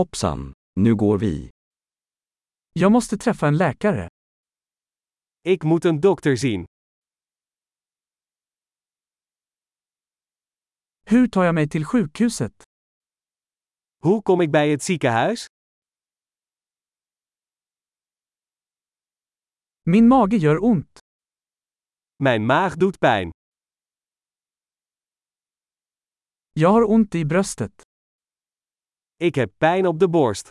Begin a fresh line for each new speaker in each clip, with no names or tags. Hoppsan, nu går vi.
Jag måste träffa en läkare.
Ik moet een dokter zien.
Hur tar jag mig till sjukhuset?
Hoe kom ik bij het ziekenhuis?
Min mage gör ont.
Mijn maag doet pijn.
Jag har ont i bröstet.
Ik heb pijn op de borst.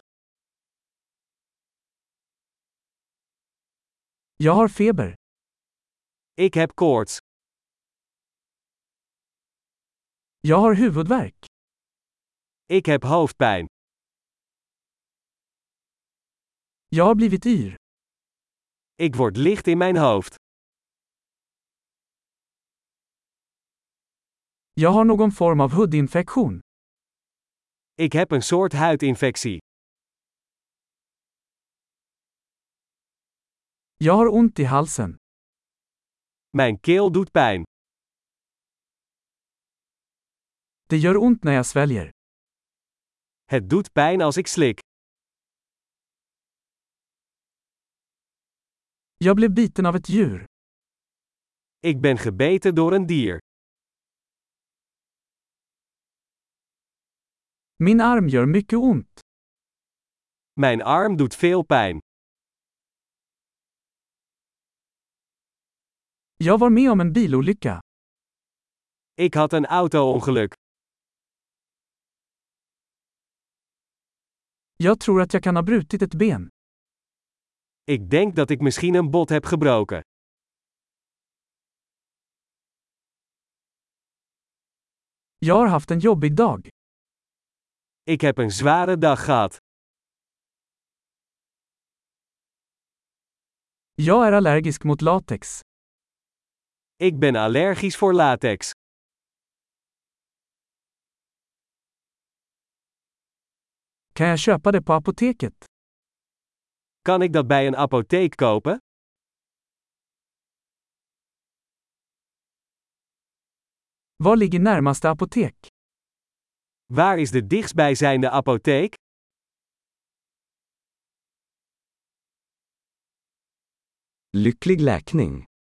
Jag har feber.
Ik heb koorts.
Jag har huvudvärk.
Ik heb hoofdpijn.
Jag har blivit yr.
Ik word licht in mijn hoofd.
Jag har någon form av hudinfektion.
Ik heb een soort huidinfectie.
Jag har ont i halsen.
Mijn keel doet pijn.
Det gör ont när jag sväljer.
Het doet pijn als ik slik.
Jag blev biten av ett djur.
Ik ben gebeten door een dier.
Min arm gör mycket ont.
Mijn arm doet veel pijn.
Jag var med om en bilolycka.
Ik had een auto-ongeluk.
Jag tror att jag kan ha brutit ett ben.
Ik denk dat ik misschien een bot heb gebroken.
Jag har haft en jobbig dag.
Ik heb een zware dag gehad.
Jag är allergisk mot latex.
Ik ben allergisch voor latex.
Kan jag köpa det på apoteket?
Kan ik dat bij een apotheek kopen?
Var ligger närmaste apotek?
Waar is de dichtstbijzijnde apotheek?
Lycklig läkning!